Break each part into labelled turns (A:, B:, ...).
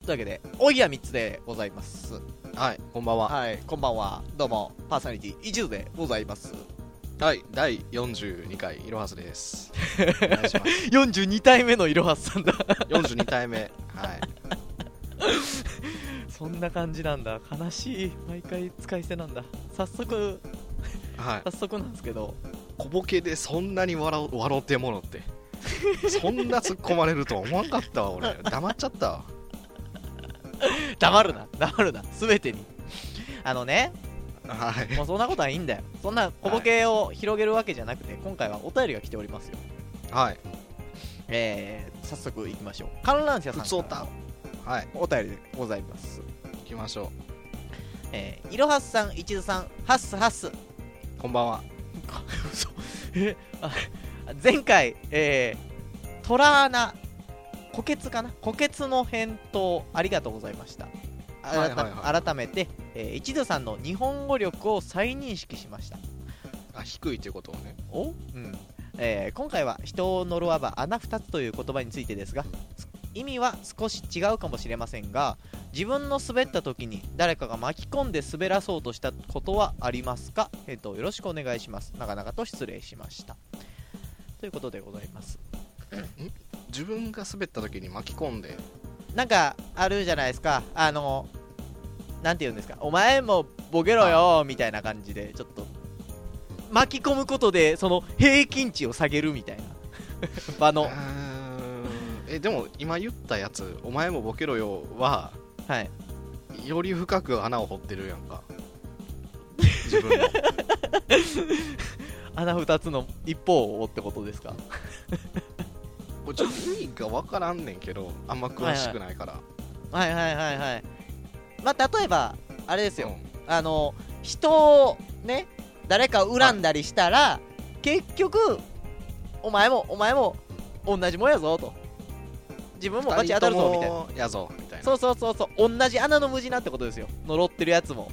A: というわけで、おぎや3つでございます。
B: はい、こんばんは。
A: はい、こんばんは。どうも、パーソナリティ、一途でございます。
B: はい、第42回、いろはずです。お願いします
A: 42体目のいろはさんだ。
B: 42回目。はい。
A: そんな感じなんだ。悲しい。毎回使い捨てなんだ。早速、
B: はい。
A: 早速なんですけど、
B: 小ボケでそんなに笑う笑うてものって。そんな突っ込まれるとは思わんかったわ、俺。黙っちゃったわ。
A: 黙るな、黙るな、すべてに。あの ね、
B: はい。
A: もうそんなことはいいんだよ。そんな小ボケを広げるわけじゃなくて、今回はお便りが来ておりますよ。
B: はい。
A: えー、早速行きましょう。観覧車さん
B: うつお
A: から
B: た
A: の。
B: はい。
A: お便りでございます。
B: 行きましょ
A: えー、いろはすさん、いちずさん、はっすはっす。
B: う。こんばんは。
A: 嘘えあ前回、えー、トラーナ、虎穴かな虎穴の返答ありがとうございました。改,、
B: はいはいは
A: 改めて、えー、一途さんの日本語力を再認識しました。
B: あ、低いということをね。
A: おうん、えー今回は人を呪わば穴二つという言葉についてですがす意味は少し違うかもしれませんが自分の滑った時に誰かが巻き込んで滑らそうとしたことはありますか返答よろしくお願いしますなかなかと失礼しましたということでございます
B: 自分が滑った時に巻き込んで、
A: なんかあるじゃないですかあのなんて言うんですかお前もボケろよみたいな感じでちょっと巻き込むことでその平均値を下げるみたい な場
B: う
A: の
B: ーんえ、でも今言ったやつ、お前もボケろよは、
A: はい
B: より深く穴を掘ってるやんか。自分の。
A: 穴二つの一方をってことですか
B: これちょっと意味が分からんねんけどあんま詳しくないから、
A: はいはいはいはいまあ例えばあれですよ、
B: う
A: あの人をね誰かを恨んだりしたら、結局お前もお前も同じもんやぞと自分も
B: ん
A: バチ当たるぞみたいな
B: 二人ともやぞみたいな
A: そうそうそうそう同じ穴の無地なってことですよ呪ってるやつも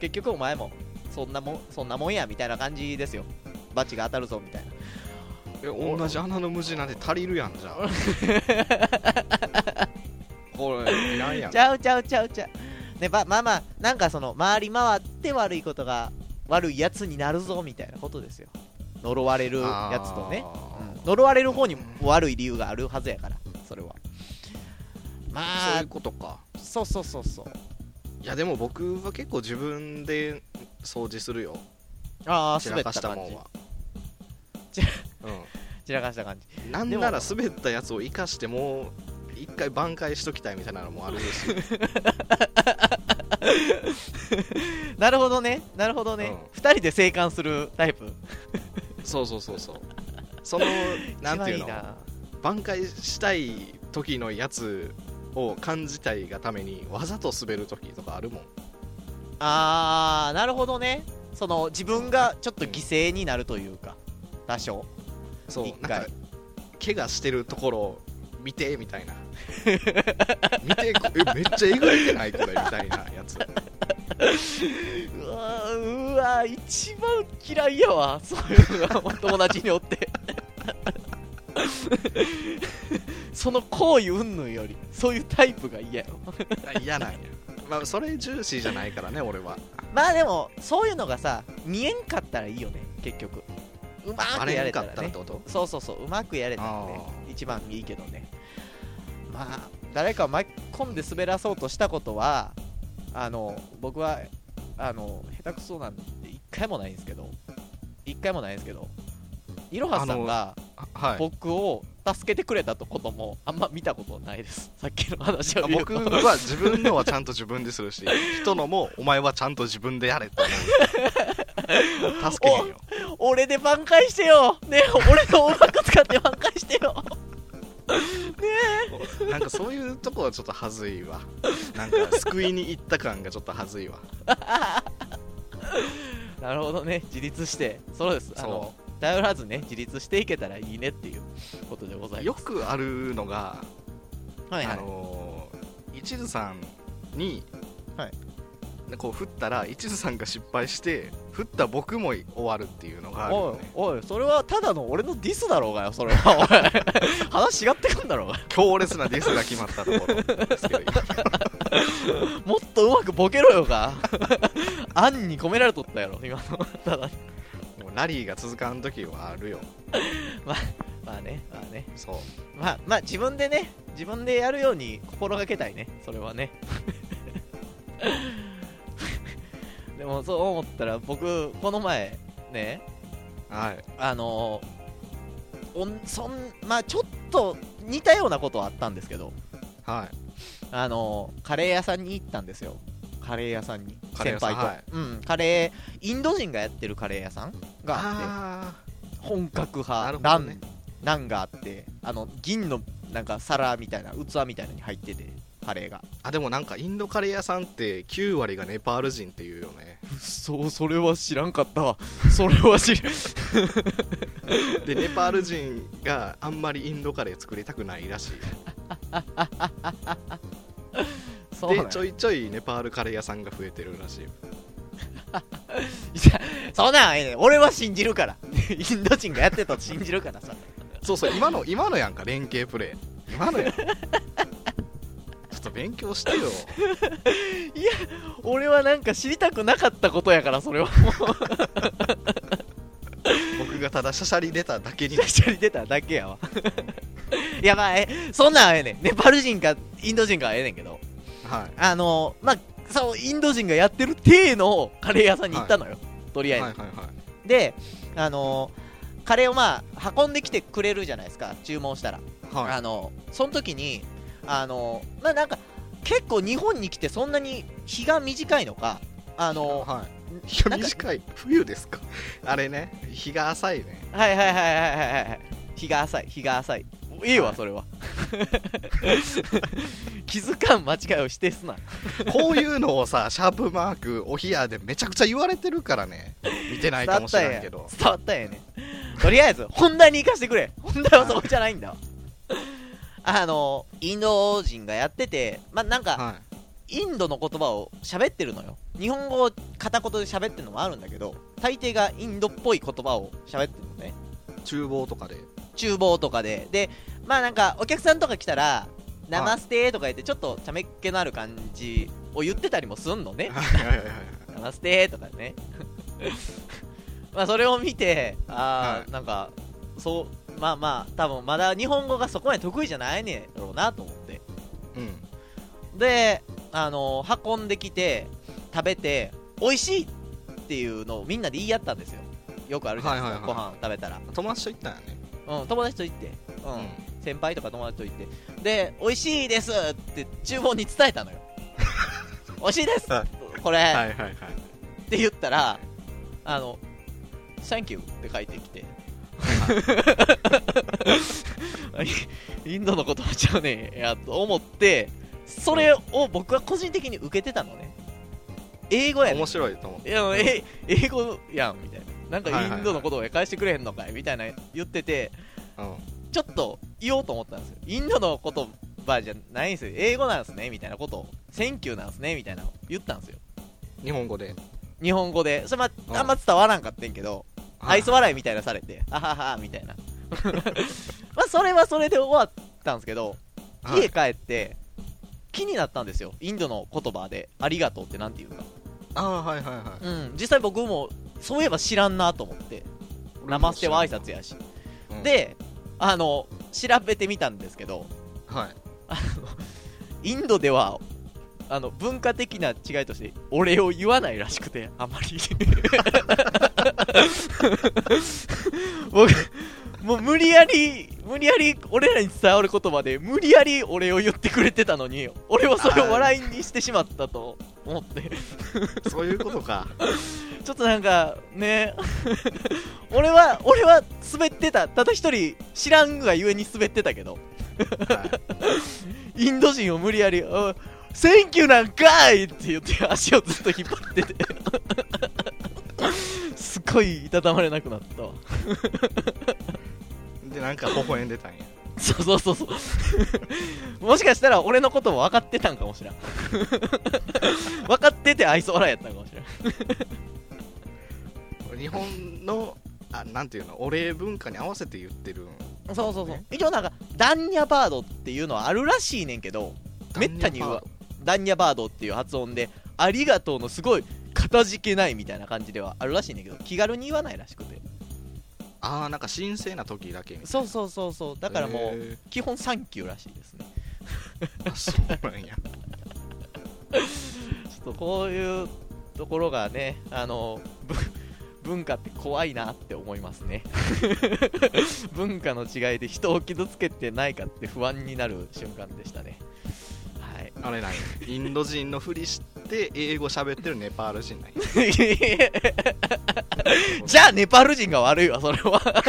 A: 結局お前もそんなもんそんなもんやみたいな感じですよバチが当たるぞみたいな
B: え同じ穴の無地なんで足りるやん じゃんこれいらんやん
A: ちゃうちゃうちゃうちゃう。ね、ばまあまあ、なんかその、回り回って悪いことが、悪いやつになるぞみたいなことですよ。呪われるやつとね。
B: あ
A: うん
B: ー
A: 呪われる方にも悪い理由があるはずやから、それは。ま
B: そう
A: あ
B: いう、ことか
A: そうそうそうそう。
B: いやでも僕は結構自分で掃除するよ
A: ああ、
B: 散
A: 滑
B: ら
A: っ
B: か
A: た
B: した
A: 感
B: もん
A: じ。
B: は
A: じゃ
B: う
A: 散らかした感じ。
B: ん、なん
A: でも
B: なら滑ったやつを生かしてもう一回挽回しときたいみたいなのもあるし、
A: なるほどね、なるほどね
B: うん。
A: 二、人で生還するタイプ。
B: そうそうそうそうそ のなんていうの
A: 一番な
B: 挽回したい時のやつを感じたいがためにわざと滑る時とかあるもん
A: あー、なるほどね。その、自分がちょっと犠牲になるというか、多少。
B: そう
A: 一回
B: なんか怪我してるところを見てみ たいな見てこえめっちゃえぐれてないこれみたいなやつ
A: うわーうわー一番嫌いやわ そういうのが友達におって その行為云々よりそういうタイプが嫌やわ
B: 嫌なんや、まあ、それ重視じゃないからね俺は
A: まあでもそういうのがさ見えんかったらいいよね結局うま
B: バ
A: くや
B: レん
A: れ
B: か
A: た
B: っ
A: ら
B: たら
A: ね
B: ってこと
A: そうそうそううまくやれたらね
B: あ
A: 一番いいけどねまあ誰かを巻き込んで滑らそうとしたことはあの僕はあの下手くそなんて一回もないんですけど一回もないんですけどいろはさんが
B: あはい
A: 僕を助けてくれたとこともあんま見たことないですさっきの話を
B: あ
A: 言う
B: 僕
A: と
B: は自分のはちゃんと自分で するし人のもお前はちゃんと自分でやれって思う助けへんよ
A: 俺で挽回してよね俺のうまく使って挽回してよ
B: なんかそういうとこはちょっとはずいわなんか救いに行った感がちょっとはずいわ
A: なるほどね自立してそうですあの頼らずね自立していけたらいいねっていうことでござい
B: よ
A: ます
B: くあるのが、
A: はいは
B: あ
A: い
B: のー一途さんに、
A: はい
B: こう振ったら一途さんが失敗して振った僕も終わるっていうのがあるよね
A: おいおいそれはただの俺のディスだろうがよそれはおい 話違ってくんだろうが
B: 強烈なディスが決まったところですけど今
A: もっとうまくボケろよが案に込められとったやろ今のただ
B: もうラリーが続かん時はあるよ
A: まあねまあね
B: そう
A: まあまあ自分でね自分でやるように心がけたいねそれはね でもそう思ったら僕この前ね
B: はい
A: あのおんそんまあちょっと似たようなことはあったんですけど
B: はい
A: あのカレー屋さんに行ったんですよカレー屋さんに
B: カレー屋さん
A: 先輩と、
B: はい
A: うんカレーインド人がやってるカレー屋さんがあって
B: あ
A: 本格
B: な
A: 派
B: るほ
A: ラ
B: ど
A: ン、
B: ね
A: ランがあってあの銀のなんか皿みたいな器みたいなのに入っててカレーが
B: ーあでもなんかインドカレー屋さんって9割がネパール人っていうよ ね
A: そうそれは知らんかったわそれは知る
B: でネパール人があんまりインドカレー作りたくないらしい
A: そうなんや
B: でちょいちょいネパールカレー屋さんが増えてるらしい
A: いや そんなんはええねん俺は信じるから インド人がやってたと信じるからさ
B: そうそう今の今のやんか連携プレー今のやん ちょっと勉強してよ
A: 俺はなんか知りたくなかったことやからそれは
B: 僕がただしゃしゃり出ただけ に
A: 一緒に出ただけやわい やまあえそんなんはええねんネパール人かインド人かはええねんけど
B: は
A: あのまあそうインド人がやってる体のカレー屋さんに行ったのよ、と
B: い
A: りあ
B: は
A: え
B: い
A: ず、
B: はいはい
A: であのカレーをまあ運んできてくれるじゃないですか注文したら、
B: はい
A: あのその時にあのまあなんか結構日本に来てそんなに日が短いのかあの
B: はい日が
A: なんか
B: 短い冬ですかあれね日が浅いね
A: はいはいはいはいはいはいはい日が浅い日が浅いいいわそれは 気づかん間違いを指定すな
B: こういうのを さシャープマークお冷やでめちゃくちゃ言われてるからね見てないかもしれんけど
A: 伝わったんやねとりあえず本題に行かせてくれ本題はそこじゃないんだわあのインド人がやっててまあなんか、
B: は
A: インドの言葉を喋ってるのよ日本語を片言で喋ってるのもあるんだけど大抵がインドっぽい言葉を喋ってるのね
B: い厨房とかで
A: 厨房とかででまあなんかお客さんとか来たら「ナマステ」とか言ってちょっとちゃめっ気のある感じを言ってたりもすんのね
B: はいはいはいはい
A: 「ナマステ」とかね まあそれを見てああ、
B: はい
A: なんかそうまあまあ多分まだ日本語がそこまで得意じゃないねだろうなと思って
B: うん
A: で、あの運んできて食べて美味しいっていうのをみんなで言い合ったんですよよくあるじゃないですか、
B: はいはいは
A: ご飯食べたら、
B: 友達と行ったんやね
A: うん、友達と行って、うん
B: うん
A: 先輩とか友達と行ってで美味しいですって厨房に伝えたの よ美味しいです
B: は
A: これ、
B: はいはいはい
A: って言ったらあの「Thank you」って書いてき てイインドの言葉ちゃうねんやと思ってそれを僕は個人的に受けてたのね英語やねん
B: 面白いと思う
A: いやえ英語やんみたいななん
B: はいはい
A: か
B: はい
A: インドのことを返してくれへんのかいみたいな言ってて
B: うん
A: ちょっと言おうと思ったんですよインドの言葉じゃないんですよ英語なんですねみたいなことを「Thank you」なんですねみたいなのを言ったんですよ
B: 日本語で
A: 日本語でそれま
B: うん
A: ああんま伝わらんかってんけど愛想笑いみたいなされて、あははみたいな。 まあ、それはそれで終わったんですけど、
B: はい
A: 家帰って、気になったんですよ。インドの言葉で、ありがとうってなんていうか。
B: ああはいはいは
A: うん、実際僕も、そういえば知らんなと思って、
B: い
A: ナマステは挨拶やし。
B: うん
A: で、あの、調べてみたんですけど、
B: はい
A: インドでは、あの文化的な違いとして俺を言わないらしくてあまり僕もう無理やり無理やり俺らに伝わる言葉で無理やり俺を言ってくれてたのに俺はそれを笑いにしてしまったと思って
B: そういうことか
A: ちょっとなんかね俺は俺は滑ってたただ一人知らんがゆえに滑ってたけど
B: は
A: インド人を無理やり「センキューなんかい!」って言って足をずっと引っ張ってて すっごいいたたまれなくなったわ
B: いでなんか微笑んでたんや
A: そうそうそうそう もしかしたら俺のことも分かってたんかもしれん 分かってて愛想笑いやったんかもしれん
B: 日本のあなんていうのお礼文化に合わせて言ってるん
A: そうそうそう
B: ね
A: 一応なんかダンニャバードっていうのはあるらしいねんけどめったに言うわダンニャバードっていう発音でありがとうのすごいかたじけないみたいな感じではあるらしいねんけど気軽に言わないらしくて
B: ああなんか神聖な時だけみたいな
A: そうそうそうそうだからも
B: へ
A: う
B: ー
A: 基本サンキューらしいですね
B: あそうなんや
A: ちょっとこういうところがね、あのぶ文化って怖いなって思いますね。 文化の違いで人を傷つけてないかって不安になる瞬間でしたね。はい、
B: あれなんやインド人のふりして英語喋ってるネパール人なんや
A: じゃあネパール人が悪いわ、それは。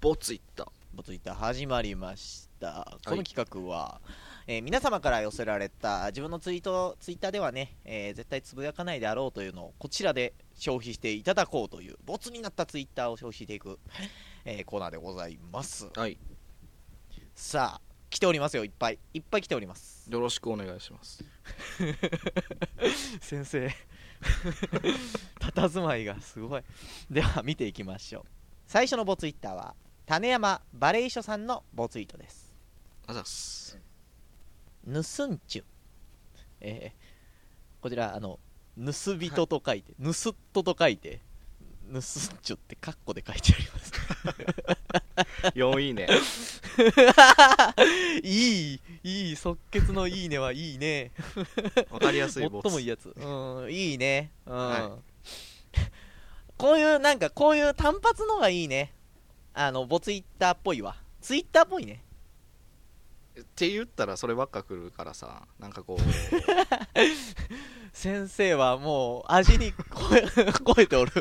B: ボツイッター
A: ボツイッター始まりました。この企画は、えー皆様から寄せられた自分のツイート、ツイッターではね、えー絶対つぶやかないであろうというのをこちらで消費していただこうという、ボツになったツイッターを消費していく、えーコーナーでございます。
B: はい
A: さあ、来ておりますよ、いっぱい。いっぱい来ております。
B: よろしくお願いします
A: 先生、 佇まいがすごい。では、見ていきましょう。最初のボツイッターは、種山バレイショさんのボツイートです。
B: あざっす
A: 盗んちゅ、えーこちらあの盗人と書いて、盗っ人と書いて盗んちゅってカッコで書いてあり ます
B: よいいね
A: いいいい即決のいいねはいいね
B: わかりやすい
A: 最
B: ボツ
A: もいいやつうんいいねうん、
B: は
A: こういうなんかこういう単発のがいいねあのボツイッターっぽいわツイッターっぽいね
B: って言ったらそればっか来るからさなんかこう
A: 先生はもう味に超え 超えてお る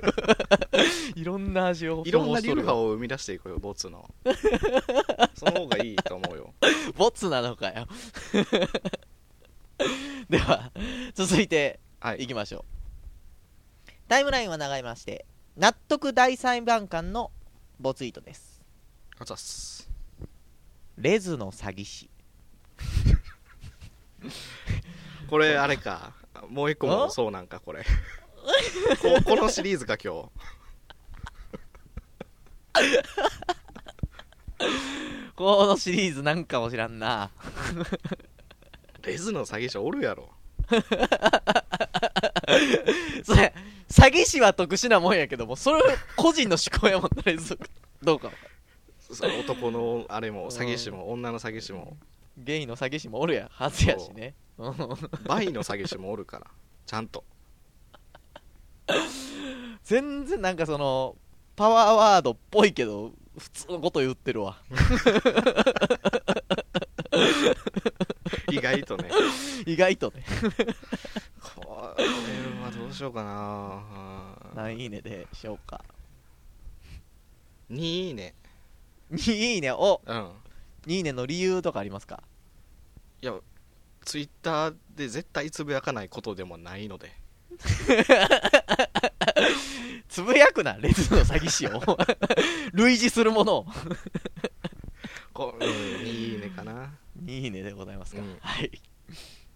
A: いろんな味を
B: いろんな流
A: ル
B: 派を生み出していこうよボツのその方がいいと思うよ
A: ボツなのかよ では続いて
B: はい
A: いきましょう、タイムラインは流れまして納得大裁判官のボツイートです
B: あざっす
A: レズの詐欺師
B: これあれかもう一個も
A: ん
B: そうなんかこれ ここのシリーズか今日
A: このシリーズなんかも知らんな
B: レズの詐欺師おるやろ
A: それ詐欺師は特殊なもんやけどもそれ個人の思考やもんなレズ どうか
B: その男のあれも
A: ん
B: 詐欺師も女の詐欺師も
A: ゲイの詐欺師もおるやはずやしねうん
B: バイの詐欺師もおるからちゃんと
A: 全然なんかそのパワーワードっぽいけど普通のこと言ってるわ
B: 意外とね
A: 意外とね
B: これはどうしようかな
A: 何いいねでしょうか
B: 2いいね
A: 2いいねを
B: うん
A: 2いいねの理由とかありますか
B: いやツイッターで絶対つぶやかないことでもないので
A: つぶやくなレズの詐欺師を類似するものを
B: こうんいいねかな
A: 2いいねでございますか、
B: うん
A: はい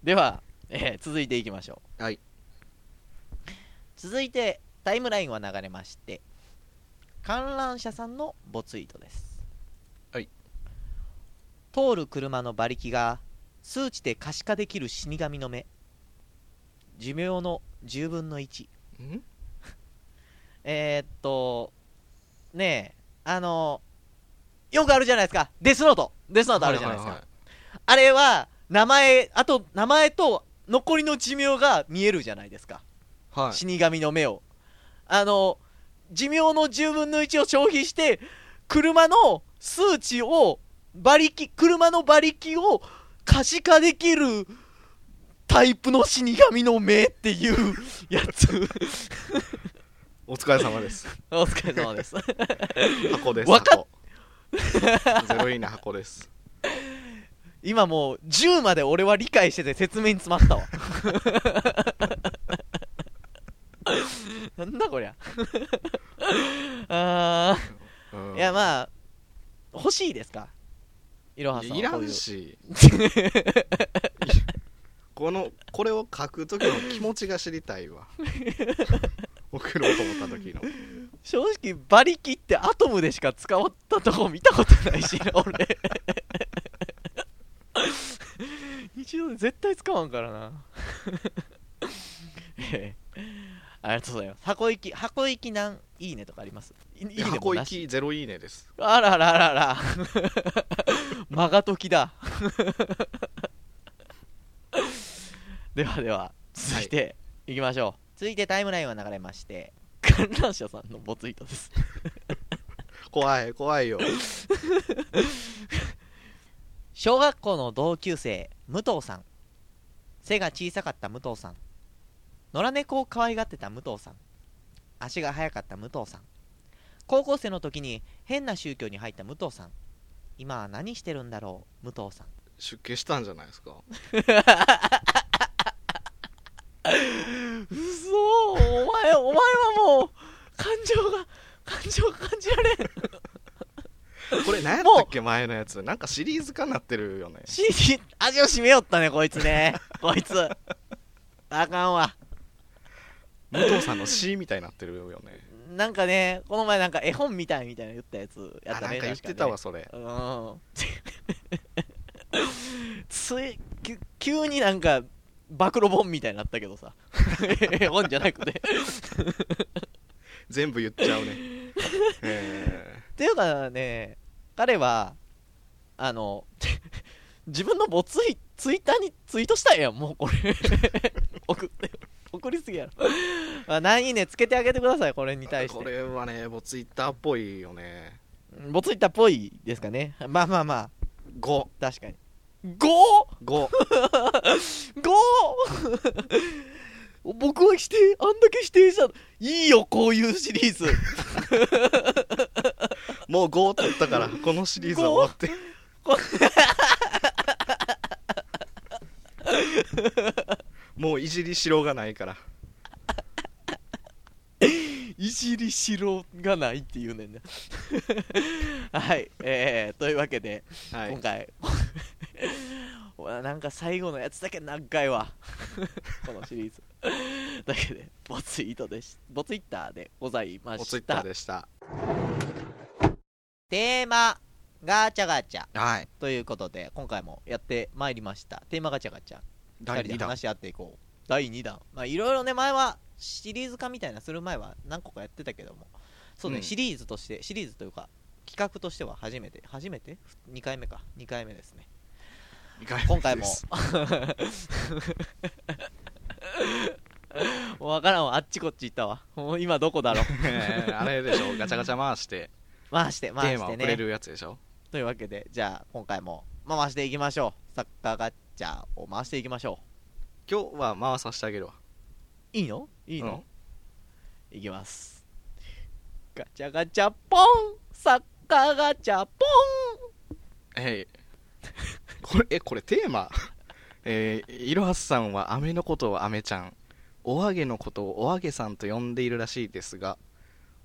A: では、えー続いていきましょう
B: はい
A: 続いてタイムラインは流れまして観覧車さんのボツイートです
B: はい
A: 通る車の馬力が数値で可視化できる死神の目寿命の10分の1
B: ん
A: えー、っと、ねえ、あの、よくあるじゃないですか、デスノート、デスノートあるじゃないですか、
B: はは
A: あれは名前、あと名前と残りの寿命が見えるじゃないですか、
B: はいはい
A: 死神の目を。あの、寿命の10分の1を消費して、車の数値を、馬力、車の馬力を可視化できるタイプの死神の目っていうやつ。
B: お疲れ様です
A: お疲れ様です。
B: 箱です
A: わか
B: 箱ゼロいいね箱です
A: 今もう10まで俺は理解してて説明に詰まったわなんだこりゃあ
B: うん
A: ーいやまあ欲しいですかいろはさん
B: いやいら
A: こうい
B: ん
A: う
B: しこのこれを書く時の気持ちが知りた いわ送ろうと思った時の
A: 正直馬力ってアトムでしか使わったとこ見たことないしな俺一度で絶対使わんからなええありがとうございます箱行き箱行きなんいいねとかありますいいねもなし
B: 箱行きゼロいいねです
A: あらららら。間が時だ。ではでは、続いて、い、きましょう。続いてタイムラインは流れまして、観覧車さんのボツイートです。
B: 怖い怖いよ
A: 小学校の同級生、武藤さん。背が小さかった武藤さん。野良猫を可愛がってた武藤さん。足が速かった武藤さん。高校生の時に変な宗教に入った武藤さん。今は何してるんだろう、武藤さん。
B: 出家したんじゃないで すか
A: うそお前お前はもう感情が感情が感じられん
B: これ何やったっけ前のやつなんかシリーズ化になってるよね
A: CD 味を締めよったねこいつねこいつあかんわ
B: 武藤さんの詩みたいになってるよね
A: なんかねこの前なんか絵本みたいみたいなの言ったやつや
B: あ
A: っ
B: な
A: た
B: ん
A: ね
B: か言ってたわ
A: 確
B: それ
A: かねうんついきゅ急になんか暴露本みたいになったけど さ絵本じゃなくて
B: 全部言っちゃ うねえ
A: っていうかね彼はあの自分のボツイツイッターにツイートしたいやんもうこれ送って送りすぎやろ、まあ、何いいねつけてあげてくださいこれに対
B: ー
A: し
B: こ
A: て
B: れはねもうツイッターっぽいよね
A: ボツイッターっぽいですかねまあまあまあ
B: 5
A: 確かに 5!5!
B: 5
A: 僕は否定あんだけ否定したのいいよこういうシリー ズ
B: もう5って言ったからこのシリーズは終わって
A: こ
B: もういじりしろうがないから
A: いじりしろがないっていうねん ねはいえー、というわけで、
B: はい
A: 今回 うわなんか最後のやつだけ長いわ このシリーズ だけでボツイートでしボツイッターでございま
B: おツイ
A: し
B: ッタ
A: た
B: ーでした
A: テーマガチャガチャ
B: はい
A: ということで今回もやってまいりましたテーマガチャガチャ
B: 第
A: 2
B: 2
A: 人で
B: 弾
A: 話し合っていこう第2弾まあいろいろね前はシリーズ化みたいなする前は何個かやってたけどもそうね、
B: うん
A: シリーズとしてシリーズというか企画としては初めて初めて2回目か2回目ですね
B: 二回
A: 今回も
B: です
A: もう分からんわあっちこっち行ったわもう今どこだ ろう
B: えーあれでしょガチャガチャ回して
A: 回して 回し
B: テーマを
A: て
B: くれ
A: ね
B: るやつでしょ
A: というわけでじゃあ今回も回していきましょうサッカーガッチャを回していきましょ
B: 今日は回させてあげるわ
A: ういいのいいの、
B: うん
A: いきますガチャガチャポンサッカーガチャポン
B: えい これえこれテーマ えー、いろはすさんは飴のことを飴ちゃんお揚げのことをお揚げさんと呼んでいるらしいですが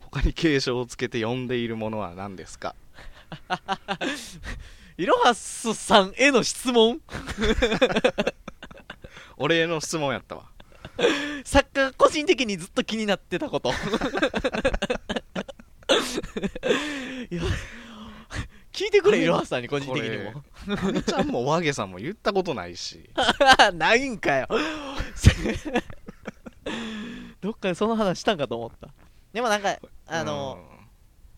B: 他に継承をつけて呼んでいるものは何ですか
A: いろはすさんへの質問
B: お礼の質問やったわ
A: 作家が個人的にずっと気になってたこといや聞いてくれいろはすさんに個人的にも
B: アミちゃんもお揚げさんも言ったことない し
A: ないんかよ どっかでその話したんかと思ったでもなんかあの、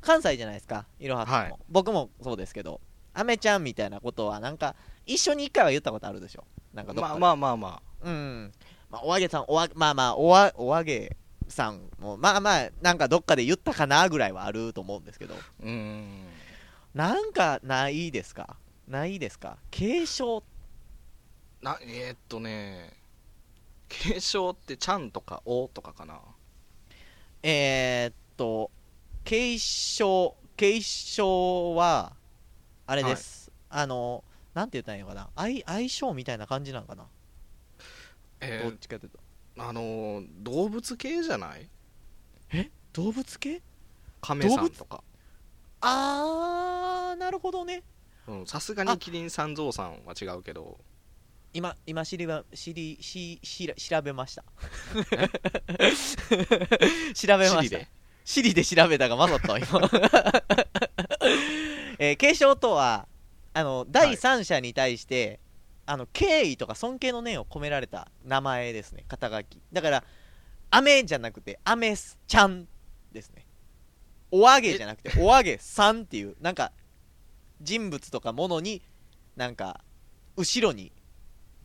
A: 関西じゃないですかいろはさんも、
B: は
A: 僕もそうですけどアメちゃんみたいなことはなんか一緒に一回は言ったことあるでしょなん
B: う
A: か
B: ん
A: どっか
B: まあ
A: で
B: まあまあま
A: うん、まあ、お揚げさんおわまあまあおわお揚げさんもまあまあなんかどっかで言ったかなぐらいはあると思うんですけど
B: あうん
A: なんかないですかないですか継承
B: なえーっとね継承ってちゃんとかおとかかな
A: えー、っと継承継承はあれです、あのなんて言ったらいいのかな相相性みたいな感じなんかな、
B: え
A: どっ
B: ー
A: ちかというと
B: あのー動物系じゃない
A: 動物系
B: 亀さんとか
A: あーなるほどね
B: うんさすが
A: あ
B: にキリン三蔵さんは違うけど
A: 今今知りは知りししら調べ ました調べま
B: 尻
A: した
B: で
A: シリで調べたが混ざったわ今、えー継承とはあの第三者に対して、あの敬意とか尊敬の念を込められた名前ですね肩書きだから「アメ」じゃなくて「アメちゃん」ですね「おあげ」じゃなくて「おあげさん」っていうなんか人物とかものになんか後ろに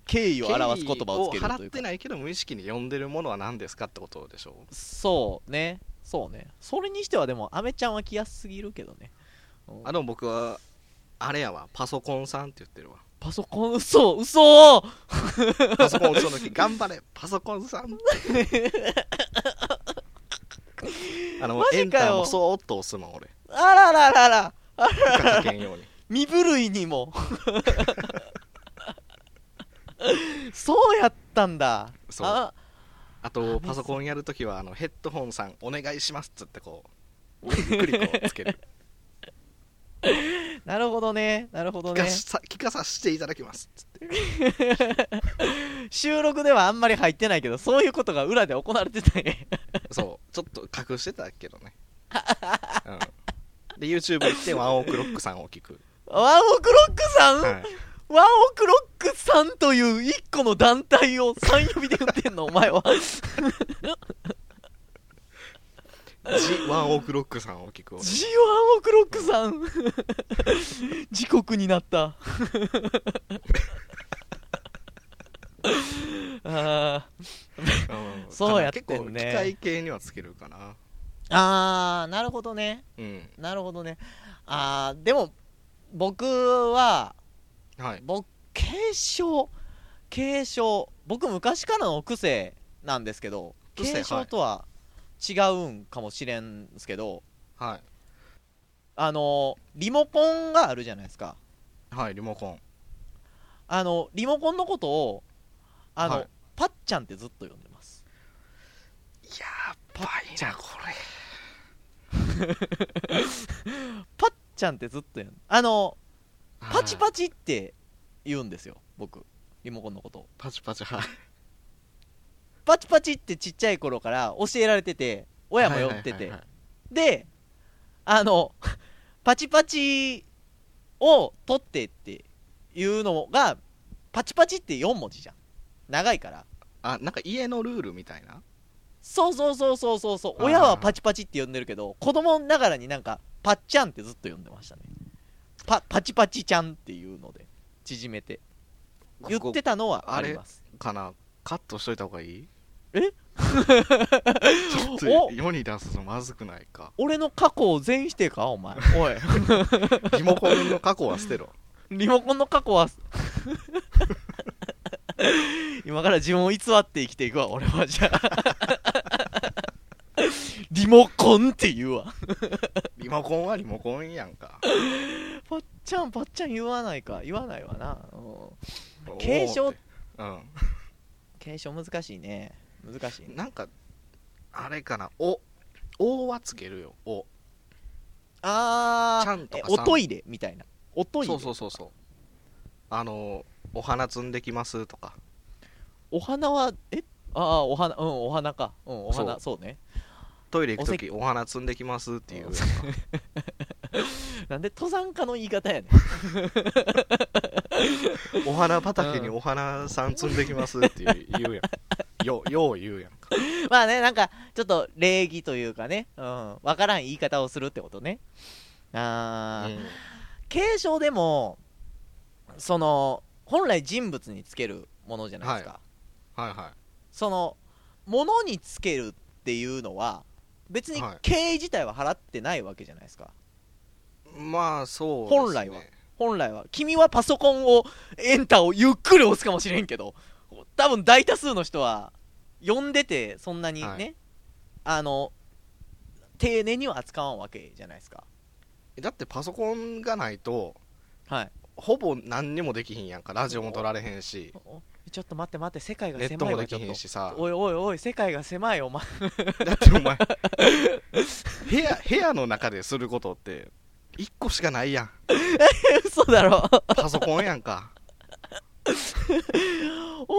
A: 敬意を表す言葉をつける
B: 敬意
A: とい
B: 払っ
A: うか
B: てないけど無意識に呼んでるものは何ですかってことでしょ
A: そうねそうねそれにしてはでもアメちゃんは来やすすぎるけどねうん
B: あでも僕はあれやわパソコンさんって 言ってるわ
A: パソコン嘘嘘
B: パソコンその時頑張れパソコンさん あの
A: マジかよ
B: エンターもそーっと押すもん俺
A: あらららら
B: 引っかけんように
A: 身震いに もそうやったんだ
B: そう
A: あ
B: あとパソコンやるときはあのヘッドホンさんお願いしますっつってこ うゆっくりこうつける
A: なるほどねなるほど
B: 聞か
A: ね
B: さ聞かさせていただきますっつって
A: 収録ではあんまり入ってないけどそういうことが裏で行われてたね
B: そうちょっと隠してたけどね、うん、で YouTube 行ってワンオクロックさんを聞く、
A: ワンオクロックさん、
B: はい、
A: ワンオクロックさんという一個の団体を3呼びで打ってんのお前は
B: ジワンオクロックさんを聞く俺
A: G1 オクロックさん時刻になったあー
B: ん
A: そうやってんね
B: 結構機械系にはつけるかな
A: あーなるほどね
B: うん
A: なるほどねあーでも僕は
B: はい
A: 僕継承継承僕昔からの癖なんですけど
B: 癖
A: 継承とは違うんかもしれんすけど、
B: は
A: あのリモコンがあるじゃないですか
B: いはいリモコン
A: あのリモコンのことをあの、
B: はい
A: パッちゃんってずっと呼んでます
B: やばいなこれ
A: パッちゃんってずっと呼んであのパチ
B: チ
A: パチって言うんですよ僕リモコンのことを
B: パチパチはい
A: パチパチってちっちゃい頃から教えられてて親も呼って
B: はい
A: て
B: はいはい
A: であの パチパチを取ってっていうのがパチパチって4文字じゃん長いから
B: あなんか家のルールみたいな
A: そうそうそうそうそうそう
B: はい
A: 親
B: はいはい
A: はパチパチって呼んでるけど子供ながらになんかパッちゃんってずっと呼んでましたねパパチパチちゃんっていうので縮めて言っ
B: ここ
A: てたのはあります
B: かなカットしといた方がいい
A: え
B: ちょっ
A: お
B: と世に出すのまずくないか
A: 俺の過去を全否定かお前おい
B: リモコンの過去は捨てろ
A: リモコンの過去は 今から自分を偽って生きていくわ俺はじゃ あリモコンって言うわ
B: リモコンはリモコンやんか
A: パッちゃんパッちゃん言わないか言わないわなうん 継承
B: おーってうん
A: 継承難しいね難しいね
B: なんかあれかなおおはつけるよお
A: あ
B: ちゃんと
A: え
B: か
A: お
B: さん
A: トイレみたいなおトイレ
B: そうそうそうそうあのお花摘んできますとか
A: お花はえああお花うんお花かうんお花そうね
B: トイレ行く時お花摘んできますっていう
A: おせなんで登山家の言い方やねん
B: お花畑にお花さん摘んできますっていう 言うやんよよう言うやんか
A: まあねなんかちょっと礼儀というかねうんわからん言い方をするってことねああ、
B: うん
A: 継承でもその本来人物につけるものじゃないですか、
B: はいは
A: そのものにつけるっていうのは別に
B: はい
A: 経営自体は払ってないわけじゃないですか、
B: いまあそうですね
A: 本来は本来は君はパソコンをエンターをゆっくり押すかもしれんけど多分大多数の人は呼んでてそんなにね、
B: はい
A: あの丁寧には扱わんわけじゃないですか
B: だってパソコンがないと
A: はい
B: ほぼ何にもできひんやんかラジオも撮られへんし
A: ちょっと待って待って世界が
B: ネット
A: 狭い
B: も
A: わ
B: で
A: ちょ
B: き
A: っ
B: へんしさ
A: とおいおいおい世界が狭いお前
B: だってお前部屋部屋の中ですることって1個しかないやん
A: 嘘だろ
B: パソコンやんか
A: おも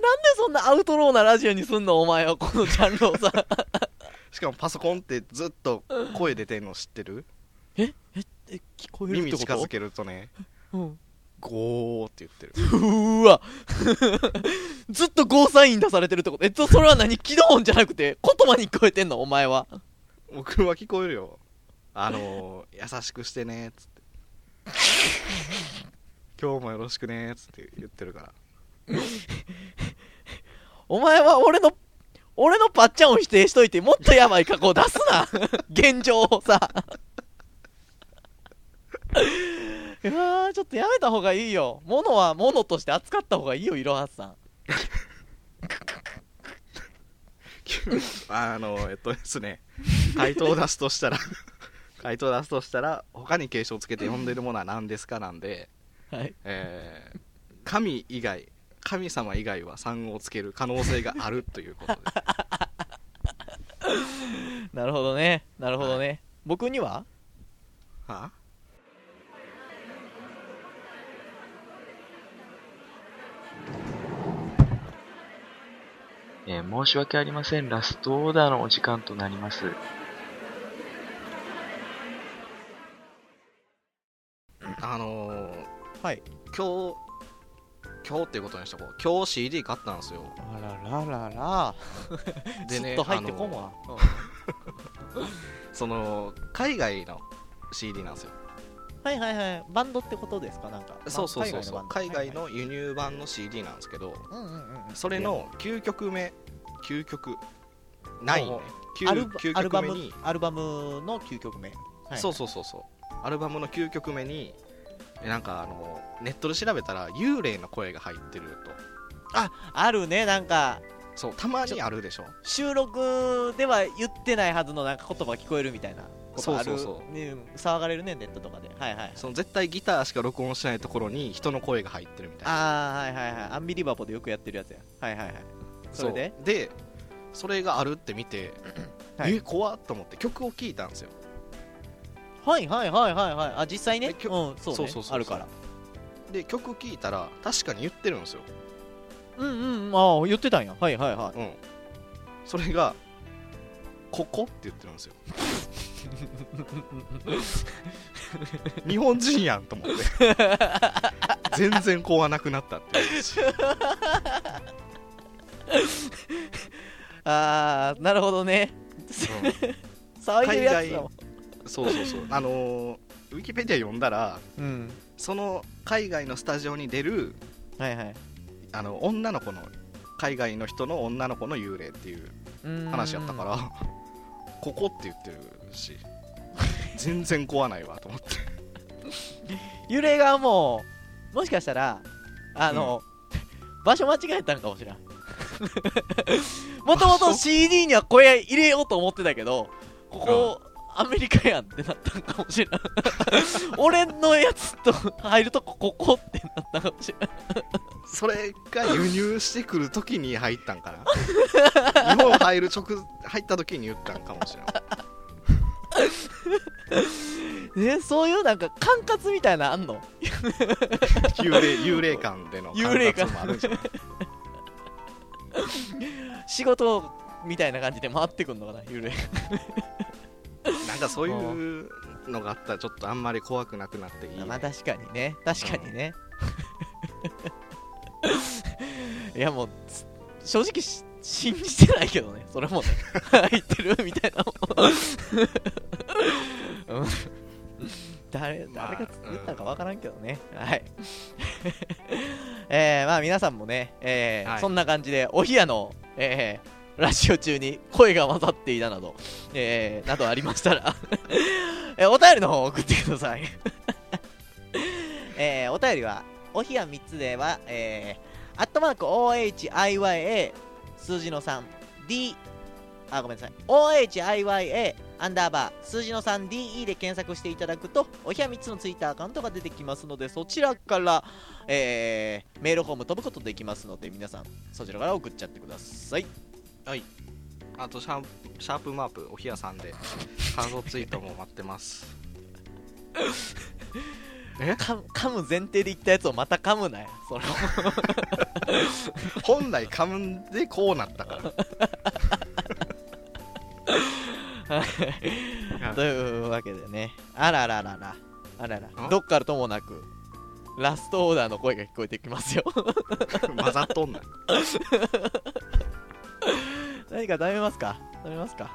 A: なんでそんなアウトローなラジオにすんのお前はこのジャンルをさ
B: しかもパソコンってずっと声出てんの知ってる
A: え 聞こえるっ
B: 耳
A: て
B: 近
A: こ
B: づけるとね
A: と、うん、
B: ゴーって言ってる
A: うーわずっとゴーサイン出されてるってことえっとそれは何起動音じゃなくて言葉に聞こえてんのお前は
B: 僕は聞こえるよあのー優しくしてねっつって今日もよろしくねっつって言ってるから
A: お前は俺の俺のパッチャンを否定しといてもっとやばい過去を出すな 現状をさ いやーちょっとやめた方がいいよ物は物として扱った方がいいよいろはさん
B: あのーえっとですね回答を出すとしたら回答を出すとしたら他に警鐘をつけて呼んでるものは何ですかなんで、
A: はい
B: えー神以外神様以外は3をつける可能性があるということ で
A: なるほどねなるほどね、僕には
B: は
C: えー申し訳ありません。ラストオーダーのお時間となります。
B: あのー
A: はい
B: 今日今日っていうことにしとこう今日 CD 買ったんですよ
A: あらららら
B: でね
A: ずっと入ってこん
B: あの
A: わ
B: ー、その海外の CD なんですよ
A: はいはいはいバンドってことですかなんか
B: そうそうそうそう
A: まあ
B: 海外
A: バン
B: の輸入版の CD なんですけど
A: ドはいはいうんうんうん
B: それの9曲目9曲ないね
A: おうアル
B: 9,
A: バアル
B: 曲
A: バ
B: 目
A: ム
B: に、
A: アルバムの9曲目、はい、
B: そうそうそうそうアルバムの9曲目にえなんかあのネットで調べたら幽霊の声が入ってる
A: ああるねなんか
B: とそうたまにあるでしょ
A: 収録では言ってないはずのなんか言葉が聞こえるみたいなことある
B: そうそうそう
A: ね、騒がれるねネットとかではいはい
B: その絶対ギターしか録音しないところに人の声が入ってるみたいな
A: ああはいはいはいアンビリバボーでよくやってるやつやはいはいはいそれで
B: うでそれがあるって見て、
A: はい
B: え怖っと思って曲を聴いたんですよ
A: はいはいはいはいはいあ実際ねう
B: え
A: ん
B: き
A: そうね
B: そうそうそうそう
A: あるから
B: で曲聴いたら確かに言ってるんですよ、
A: うんうんああ言ってたんやはいはいは
B: うん、それが「ここ」って言ってるん ですよ日本人やんと思って全然怖なくなったっていう話
A: いああなるほどね騒いでるやつだもん
B: うんそうそうそうあのーウィキペディア読んだら
A: うん
B: その海外のスタジオに出る
A: はいはい
B: あの女の子の海外の人の女の子の幽霊っていう
A: うーん
B: 話やったからここって言ってるし全然怖ないわと思って
A: 揺れがもうもしかしたらあの、 場所間違えたんかもしれん もともと
B: 場所
A: CD には声入れようと思ってたけどここ、アメリカやんってなったんかもしれん 俺のやつと入るとこここってなったかもしれん
B: それが輸入してくる時に入ったんかな日本入る直入った時に言ったんかもしれない
A: ねそういうなんか管轄みたいなのあんの
B: 幽霊幽霊館での
A: 幽霊館
B: 観察もあるんじゃない
A: 仕事みたいな感じで回ってくんのかな幽霊
B: なんかそういうのがあったらちょっとあんまり怖くなくなっていいね、
A: まあ確かにね確かにね、 いやもうつ正直し信じてないけど ねそれもね入ってるみたいな もんうん誰
B: まあ
A: 誰が作ったか分からんけどね、はいえー、まあ皆さんもね、えー
B: はい
A: そんな感じでお冷やの、えーラジオ中に声が混ざっていたなど、えーなどありましたら、 えーお便りの方を送ってください えーお便りは、おひや3つでは、えー、アットマーク OHIYA 数字の 3D、あ、ごめんなさい、OHIYA アンダーバー数字の 3DE で検索していただくと、おひや3つのツイッターアカウントが出てきますので、そちらから、えーメールフォーム飛ぶことできますので皆さんそちらから送っちゃってください
B: あとシャープシャープマープおひやさんで感想ツイートも待ってます え
A: 噛む噛む前提で言ったやつをまた噛むなよその
B: 本来噛んでこうなったから
A: というわけでねあららららあらら
B: ん
A: どっからともなくラストオーダーの声が聞こえてきますよ
B: 混ざっとんな
A: 何か食べますか食べますか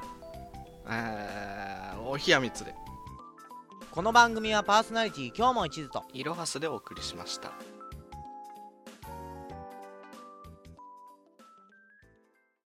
B: えーおひやみつで
A: この番組はパーソナリティ今日も一途と
B: いろはすでお送りしました